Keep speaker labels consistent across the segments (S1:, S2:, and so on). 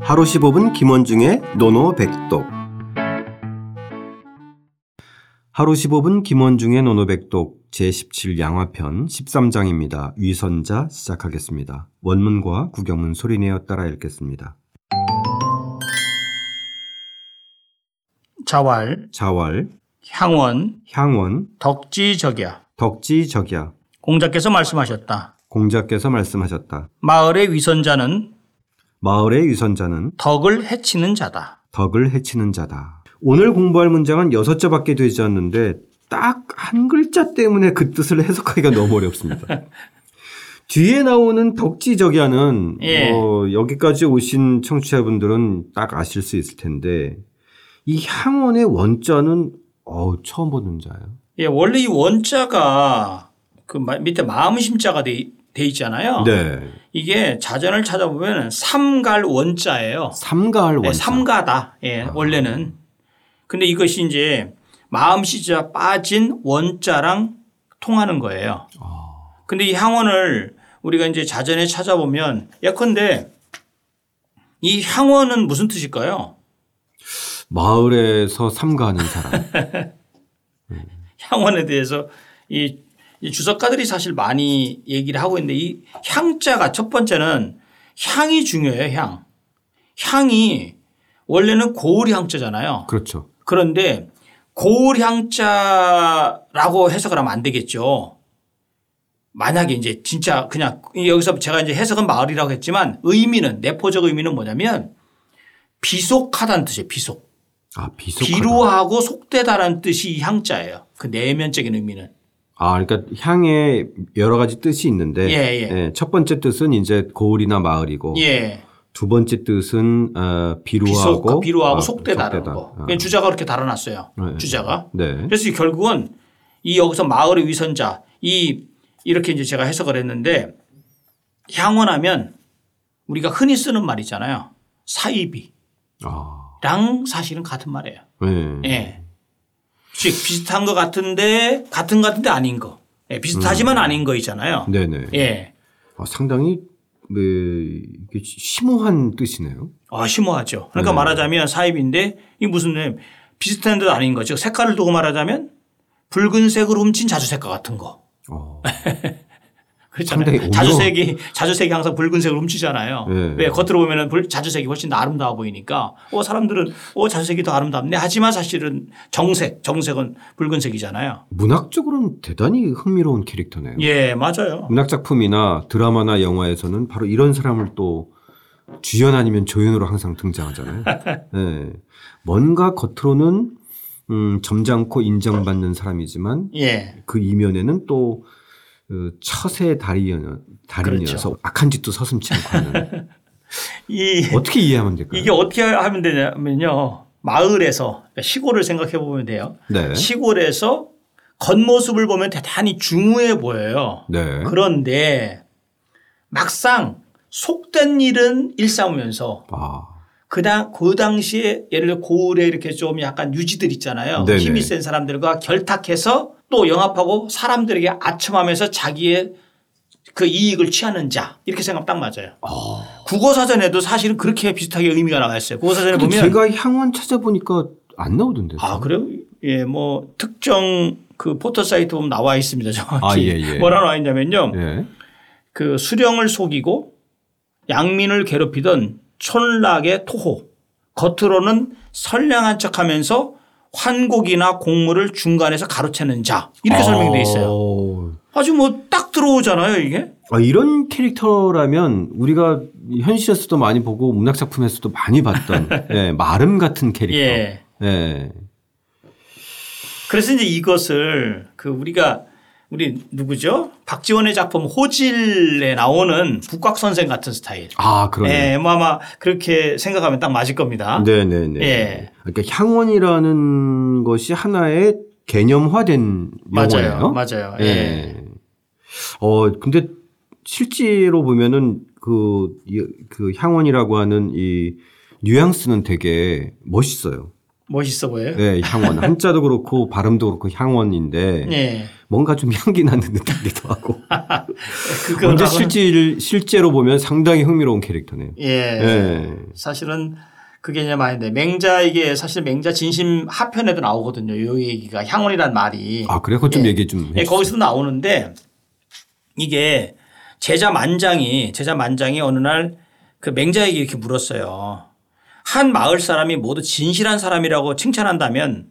S1: 하루 15분 김원중의 노노백독 하루 15분 김원중의 노노백독 제17양화편 13장입니다. 위선자 시작하겠습니다. 원문과 구경문 소리내어 따라 읽겠습니다.
S2: 자왈,
S1: 자왈,
S2: 향원,
S1: 향원,
S2: 덕지적야.
S1: 덕지적야
S2: 공자께서 말씀하셨다.
S1: 공자께서 말씀하셨다.
S2: 마을의 위선자는
S1: 마을의 위선자는
S2: 덕을 해치는 자다.
S1: 덕을 해치는 자다. 오늘 공부할 문장은 여섯 자밖에 되지 않는데 딱 한 글자 때문에 그 뜻을 해석하기가 너무 어렵습니다. 뒤에 나오는 덕지적이야는
S2: 예.
S1: 어, 여기까지 오신 청취자분들은 딱 아실 수 있을 텐데 이 향원의 원자는 어 처음 보는 자예요.
S2: 예, 원래 이 원자가 그 마- 밑에 마음심자가 돼, 돼 있잖아요.
S1: 네,
S2: 이게 자전을 찾아보면 삼갈 원자예요.
S1: 삼가할 원자.
S2: 예, 삼가다. 예, 원래는. 근데 이것이 이제 마음시자 빠진 원자랑 통하는 거예요.
S1: 아,
S2: 근데 이 향원을 우리가 이제 자전에 찾아보면 예컨대 이 향원은 무슨 뜻일까요?
S1: 마을에서 삼가하는 사람.
S2: 향원에 대해서 이, 이 주석가들이 사실 많이 얘기를 하고 있는데 이 향자가 첫 번째는 향이 중요해요, 향. 향이 원래는 고을 향자잖아요.
S1: 그렇죠.
S2: 그런데 고을 향자라고 해석을 하면 안 되겠죠. 만약에 이제 진짜 그냥 여기서 제가 이제 해석은 마을이라고 했지만 의미는 내포적 의미는 뭐냐면 비속하다는 뜻이에요. 비속.
S1: 아 비속하다.
S2: 비루하고 속되다라는 뜻이 이 향자예요. 그 내면적인 의미는.
S1: 아, 그러니까 향에 여러 가지 뜻이 있는데
S2: 예,
S1: 예, 첫 번째 뜻은 이제 고을이나 마을이고
S2: 예.
S1: 두 번째 뜻은 어, 비루하고
S2: 비속, 비루하고
S1: 아,
S2: 속되다라는
S1: 속되다.
S2: 거. 예.
S1: 아,
S2: 그냥 주자가 그렇게 달아놨어요.
S1: 네.
S2: 주자가.
S1: 네.
S2: 그래서 이 결국은 이 여기서 마을의 위선자 이 이렇게 이제 제가 해석을 했는데 향원하면 우리가 흔히 쓰는 말이잖아요. 사이비랑
S1: 아,
S2: 사실은 같은 말이에요.
S1: 예.
S2: 예. 즉 비슷한 것 같은데 같은 것 같은데 아닌 거. 예, 비슷하지만 아닌 거이잖아요.
S1: 네네.
S2: 예.
S1: 아, 상당히 네, 이게 심오한 뜻이네요.
S2: 아, 심오하죠. 그러니까 말하자면 사입인데 이게 무슨 네, 비슷한 듯 아닌 거죠. 색깔을 두고 말하자면 붉은색을 훔친 자주색과 같은 거.
S1: 어, 상당히
S2: 그렇잖아요.
S1: 어려워.
S2: 자주색이 자주색이 항상 붉은색을 훔치잖아요.
S1: 예.
S2: 왜 겉으로 보면은 붉- 자주색이 훨씬 더 아름다워 보이니까 어 사람들은 어 자주색이 더 아름답네. 하지만 사실은 정색 정색은 붉은색이잖아요.
S1: 문학적으로는 대단히 흥미로운 캐릭터네요.
S2: 예 맞아요.
S1: 문학 작품이나 드라마나 영화에서는 바로 이런 사람을 또 주연 아니면 조연으로 항상 등장하잖아요. 예. 뭔가 겉으로는 음, 점잖고 인정받는 사람이지만
S2: 예
S1: 그 이면에는 또 그, 처세 달인이어서
S2: 그렇죠.
S1: 악한 짓도 서슴지 않고 하는
S2: 이,
S1: 어떻게 이해하면 될까요?
S2: 이게 어떻게 하면 되냐면요 마을에서 그러니까 시골을 생각해 보면 돼요.
S1: 네.
S2: 시골에서 겉모습을 보면 대단히 중후해 보여요.
S1: 네.
S2: 그런데 막상 속된 일은 일삼으면서
S1: 아,
S2: 그, 당, 그 당시에 예를 들어 고을에 이렇게 좀 약간 유지들 있잖아요.
S1: 네네.
S2: 힘이 센 사람들과 결탁해서 또 영합하고 사람들에게 아첨하면서 자기의 그 이익을 취하는 자 이렇게 생각하면 딱 맞아요.
S1: 어.
S2: 국어사전에도 사실은 그렇게 비슷하게 의미가 나와 있어요. 국어사전에
S1: 근데
S2: 보면
S1: 제가 향원 찾아보니까 안 나오던데.
S2: 아 그래요? 예, 뭐 특정 그 포털 사이트 보면 나와 있습니다. 정확히
S1: 아, 예, 예.
S2: 뭐라 나와 있냐면요.
S1: 예.
S2: 그 수령을 속이고 양민을 괴롭히던 촌락의 토호 겉으로는 선량한 척하면서 환곡이나 공무를 중간에서 가로채는 자 이렇게 설명돼 있어요.
S1: 아. 어.
S2: 아주 뭐 딱 들어오잖아요 이게.
S1: 아, 이런 캐릭터라면 우리가 현실에서도 많이 보고 문학 작품에서도 많이 봤던 예, 마름 같은 캐릭터.
S2: 예.
S1: 예.
S2: 그래서 이제 이것을 그 우리가 우리 누구죠? 박지원의 작품 호질에 나오는 북곽 선생 같은 스타일.
S1: 아, 그러네.
S2: 예, 뭐 아마 그렇게 생각하면 딱 맞을 겁니다.
S1: 네, 네, 네.
S2: 예.
S1: 그러니까 향원이라는 것이 하나의 개념화된 용어예요.
S2: 맞아요, 맞아요. 예.
S1: 어, 근데 실제로 보면은 그, 이- 그 향원이라고 하는 이 뉘앙스는 되게 멋있어요.
S2: 멋있어 보여요.
S1: 네, 향원. 한자도 그렇고 발음도 그렇고 향원인데
S2: 예.
S1: 뭔가 좀 향기 나는 듯하기도 하고.
S2: 아, 그거하고는-
S1: 언제 실질 실제로 보면 상당히 흥미로운 캐릭터네요.
S2: 예.
S1: 예.
S2: 사실은 그게 이제 많인데 맹자 이게 사실 맹자 진심 하편에도 나오거든요. 요 얘기가 향원이란 말이.
S1: 아 그래요? 그거 좀
S2: 예.
S1: 얘기 좀.
S2: 예,
S1: 해주세요.
S2: 거기서도 나오는데 이게 제자 만장이 제자 만장이 어느 날 그 맹자에게 이렇게 물었어요. 한 마을 사람이 모두 진실한 사람이라고 칭찬한다면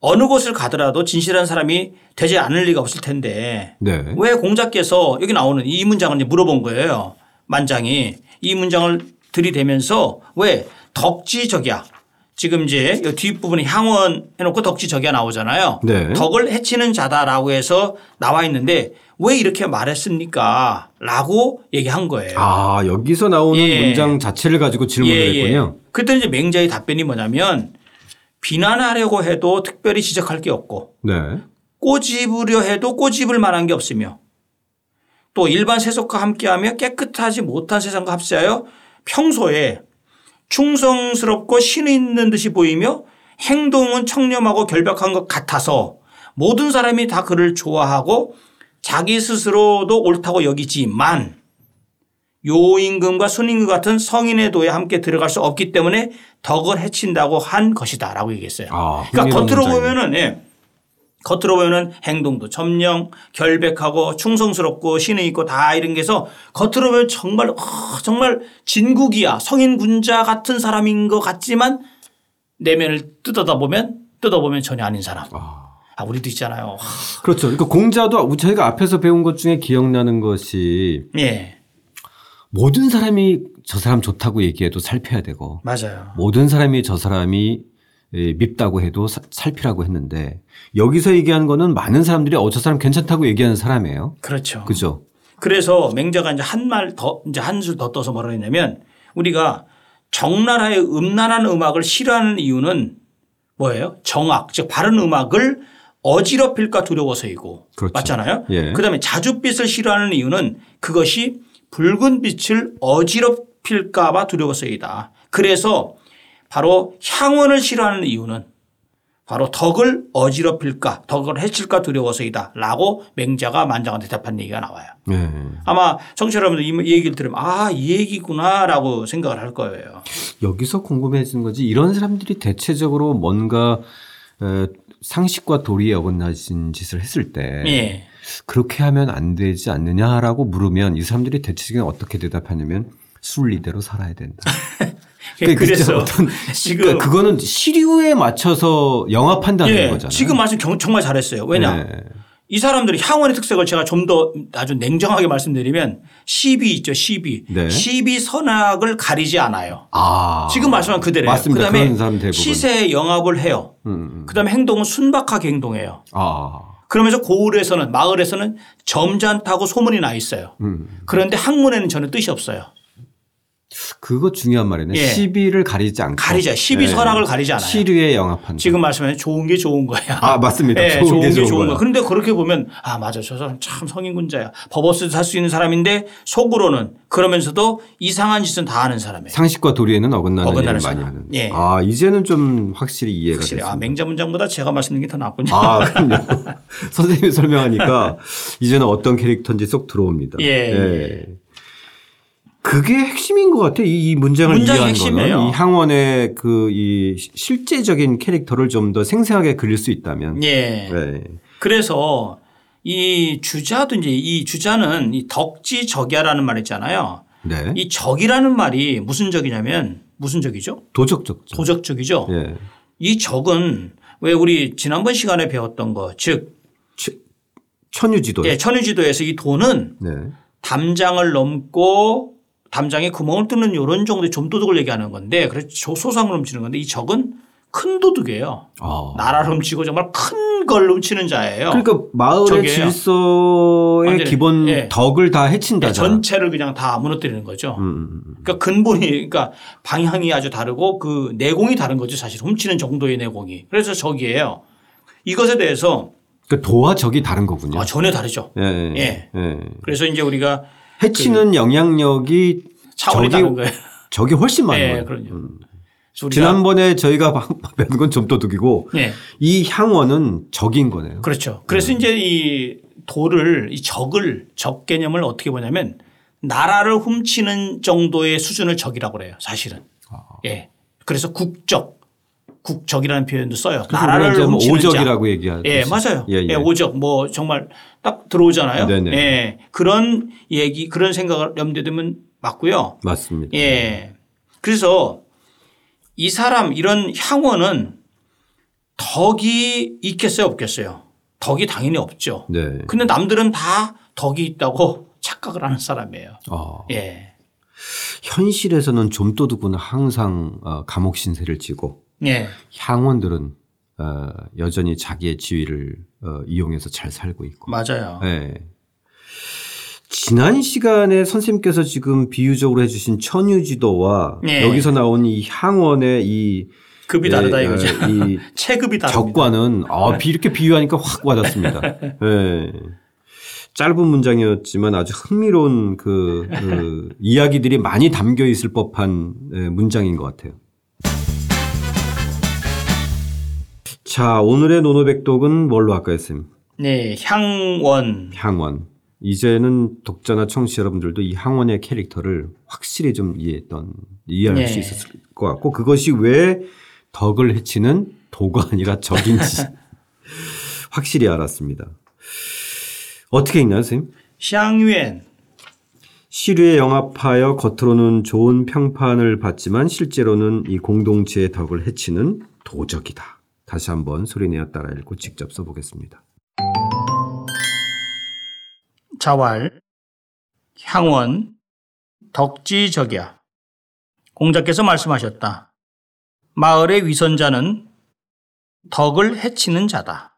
S2: 어느 곳을 가더라도 진실한 사람이 되지 않을 리가 없을 텐데
S1: 네.
S2: 왜 공자께서 여기 나오는 이 문장을 이제 물어본 거예요. 만장이 이 문장을 들이대면서 왜 덕지적이야. 지금 이제 이 뒷부분에 향원 해놓고 덕지적이야 나오잖아요.
S1: 네.
S2: 덕을 해치는 자다라고 해서 나와 있는데 왜 이렇게 말했습니까? 라고 얘기한 거예요.
S1: 아 여기서 나오는
S2: 예.
S1: 문장 자체를 가지고 질문을 했군요.
S2: 그때 이제 맹자의 답변이 뭐냐면 비난하려고 해도 특별히 지적할 게 없고
S1: 네.
S2: 꼬집으려 해도 꼬집을 만한 게 없으며 또 일반 세속과 함께하며 깨끗하지 못한 세상과 합세하여 평소에 충성스럽고 신이 있는 듯이 보이며 행동은 청렴하고 결벽한 것 같아서 모든 사람이 다 그를 좋아하고 자기 스스로도 옳다고 여기지만 요임금과 순임금 같은 성인의 도에 함께 들어갈 수 없기 때문에 덕을 해친다고 한 것이다라고 얘기했어요.
S1: 아,
S2: 그러니까
S1: 흥미로운
S2: 겉으로
S1: 문장이네.
S2: 보면은 예. 겉으로 보면은 행동도 점령, 결백하고 충성스럽고 신의 있고 다 이런 게서 겉으로 보면 정말 어, 정말 진국이야 성인 군자 같은 사람인 것 같지만 내면을 뜯어다 보면 뜯어보면 전혀 아닌 사람.
S1: 아.
S2: 아 우리도 있잖아요. 하,
S1: 그렇죠. 그러니까 공자도 우리 저희가 앞에서 배운 것 중에 기억나는 것이
S2: 예
S1: 모든 사람이 저 사람 좋다고 얘기해도 살펴야 되고
S2: 맞아요.
S1: 모든 사람이 저 사람이 예, 밉다고 해도 사- 살피라고 했는데 여기서 얘기한 거는 많은 사람들이 어 저 사람 괜찮다고 얘기하는 사람이에요.
S2: 그렇죠.
S1: 그죠?
S2: 그래서 맹자가 이제 한 말 더 이제 한 술 더 떠서 뭐라 했냐면 우리가 정나라의 음란한 음악을 싫어하는 이유는 뭐예요? 정악 즉 바른 음악을 어지럽힐까 두려워서이고
S1: 그렇죠.
S2: 맞잖아요.
S1: 예.
S2: 그다음에 자줏빛을 싫어하는 이유는 그것이 붉은 빛을 어지럽힐까봐 두려워서이다. 그래서 바로 향원을 싫어하는 이유는 바로 덕을 어지럽힐까 덕을 해칠까 두려워서이다라고 맹자가 만장한테 대답한 얘기가 나와요.
S1: 예.
S2: 아마 청취자 여러분들 이 얘기를 들으면 아 이 얘기구나라고 생각을 할 거예요.
S1: 여기서 궁금해지는 거지 이런 사람들이 대체적으로 뭔가 에, 상식과 도리에 어긋나신 짓을 했을 때
S2: 예.
S1: 그렇게 하면 안 되지 않느냐라고 물으면 이 사람들이 대체적으로 어떻게 대답하냐면 순리대로 살아야 된다. 그러니까 진짜
S2: 예, 그래서
S1: 어떤
S2: 지금
S1: 그러니까 그거는 시류에 맞춰서 영합한다는
S2: 예,
S1: 거잖아요.
S2: 지금 말씀 경- 정말 잘했어요. 왜냐
S1: 네.
S2: 이 사람들이 향원의 특색을 제가 좀 더 아주 냉정하게 말씀드리면 시비 있죠 시비
S1: 네.
S2: 시비 선악을 가리지 않아요.
S1: 아
S2: 지금 말씀한 그대로예요.
S1: 맞습니다.
S2: 그다음에
S1: 그런 사람 대부분.
S2: 시세에 영합을 해요. 그다음에 행동은 순박하게 행동해요.
S1: 아
S2: 그러면서 고을에서는 마을에서는 점잖다고 소문이 나 있어요.
S1: 음.
S2: 그런데 학문에는 전혀 뜻이 없어요.
S1: 그거 중요한 말이네.
S2: 예.
S1: 시비를 가리지 않고
S2: 가리자. 시비
S1: 네.
S2: 선악을 가리지 않아요.
S1: 시류에 영합한다.
S2: 지금 말씀하신 좋은 게 좋은 거야.
S1: 아 맞습니다.
S2: 예,
S1: 좋은, 게 좋은, 거야.
S2: 그런데 그렇게 보면 아 맞아 저 사람 참 성인군자야. 버버스도 살 수 있는 사람인데 속으로는 그러면서도 이상한 짓은 다 하는 사람이에요.
S1: 상식과 도리에는 어긋나는 일을
S2: 어긋나는
S1: 많이
S2: 사람.
S1: 하는.
S2: 예.
S1: 아 이제는 좀 확실히 이해가
S2: 확실히
S1: 됐습니다.
S2: 아 맹자 문장보다 제가 말씀드린 게 더 낫군요.
S1: 아, 그럼요. 선생님이 설명하니까 이제는 어떤 캐릭터인지 쏙 들어옵니다.
S2: 예, 예.
S1: 그게 핵심인 것 같아요. 이, 이 문장을
S2: 문장이
S1: 이해한
S2: 핵심이에요.
S1: 거는 이 향원의 그 이 실제적인 캐릭터를 좀 더 생생하게 그릴 수 있다면.
S2: 예.
S1: 네.
S2: 그래서 이 주자도 이제 이 주자는 이 덕지적야라는 말 있잖아요.
S1: 네.
S2: 이 적이라는 말이 무슨 적이냐면 무슨 적이죠?
S1: 도적적.
S2: 도적적이죠.
S1: 예.
S2: 이 적은 왜 우리 지난번 시간에 배웠던 거, 즉
S1: 천유지도.
S2: 예, 천유지도에서 이 도는
S1: 네.
S2: 담장을 넘고 담장에 구멍을 뚫는 이런 정도의 좀도둑을 얘기하는 건데 그래서 조- 소상을 훔치는 건데 이 적은 큰 도둑이에요.
S1: 아.
S2: 나라를 훔치고 정말 큰 걸 훔치는 자예요.
S1: 그러니까 마을의
S2: 적이에요.
S1: 질서의
S2: 완전히.
S1: 기본
S2: 예.
S1: 덕을 다
S2: 그러니까
S1: 해친다. 음.
S2: 전체를 그냥 다 무너뜨리는 거죠. 그러니까 근본이 그러니까 방향이 아주 다르고 그 내공이 다른 거죠. 사실 훔치는 정도의 내공이. 그래서 적이에요. 이것에 대해서
S1: 그러니까 도와 적이 다른 거군요.
S2: 아, 전혀 다르죠.
S1: 예.
S2: 예.
S1: 예.
S2: 그래서 이제 우리가
S1: 해치는 영향력이
S2: 차원이
S1: 저기-
S2: 다른 거예요.
S1: 적이 훨씬 많은
S2: 예,
S1: 거예요. 음.
S2: 그럼요. 그래서 우리가-
S1: 지난번에 저희가 배운 건 점도둑이고
S2: 예.
S1: 이 향원은 적인 거네요.
S2: 그렇죠. 그래서
S1: 음.
S2: 이제 이 도를 이 적을 적 개념을 어떻게 보냐면 나라를 훔치는 정도의 수준을 적이라고 그래요. 사실은.
S1: 아.
S2: 예. 그래서 국적, 국적이라는 표현도 써요.
S1: 그래서 우리가 이제
S2: 나라를
S1: 뭐
S2: 훔치는 자.
S1: 오적이라고 얘기하죠.
S2: 예, 맞아요.
S1: 예,
S2: 예,
S1: 예.
S2: 오적 뭐 정말 딱 들어오잖아요.
S1: 네네.
S2: 예. 그런 얘기 그런 생각을 염두에 두면 맞고요.
S1: 맞습니다.
S2: 예. 그래서 이 사람 이런 향원은 덕이 있겠어요 없겠어요? 덕이 당연히 없죠.
S1: 네.
S2: 근데 남들은 다 덕이 있다고 착각을 하는 사람이에요.
S1: 어,
S2: 예.
S1: 현실에서는 점도둑은 항상 어, 감옥 신세를 지고
S2: 예.
S1: 향원들은 어, 여전히 자기의 지위를 어, 이용해서 잘 살고 있고.
S2: 맞아요.
S1: 예. 지난 시간에 선생님께서 지금 비유적으로 해주신 천유지도와
S2: 예.
S1: 여기서 나온 이 향원의 이
S2: 급이
S1: 예,
S2: 다르다 네.
S1: 예,
S2: 이거죠.
S1: 이
S2: 체급이 다르다.
S1: 적과는 아, 비- 이렇게 비유하니까 확 와닿습니다. 예. 짧은 문장이었지만 아주 흥미로운 그, 그 이야기들이 많이 담겨 있을 법한 예, 문장인 것 같아요. 자, 오늘의 노노백독은 뭘로 할까요, 쌤?
S2: 네, 향원.
S1: 향원. 이제는 독자나 청취자 여러분들도 이 향원의 캐릭터를 확실히 좀 이해했던 이해할
S2: 네.
S1: 수 있었을 것 같고 그것이 왜 덕을 해치는 도가 아니라 적인지 확실히 알았습니다. 어떻게 읽나요, 선생님?
S2: 향유엔.
S1: 시류에 영합하여 겉으로는 좋은 평판을 받지만 실제로는 이 공동체의 덕을 해치는 도적이다. 다시 한번 소리내어 따라 읽고 직접 써보겠습니다.
S2: 자왈, 향원, 덕지적이야. 공자께서 말씀하셨다. 마을의 위선자는 덕을 해치는 자다.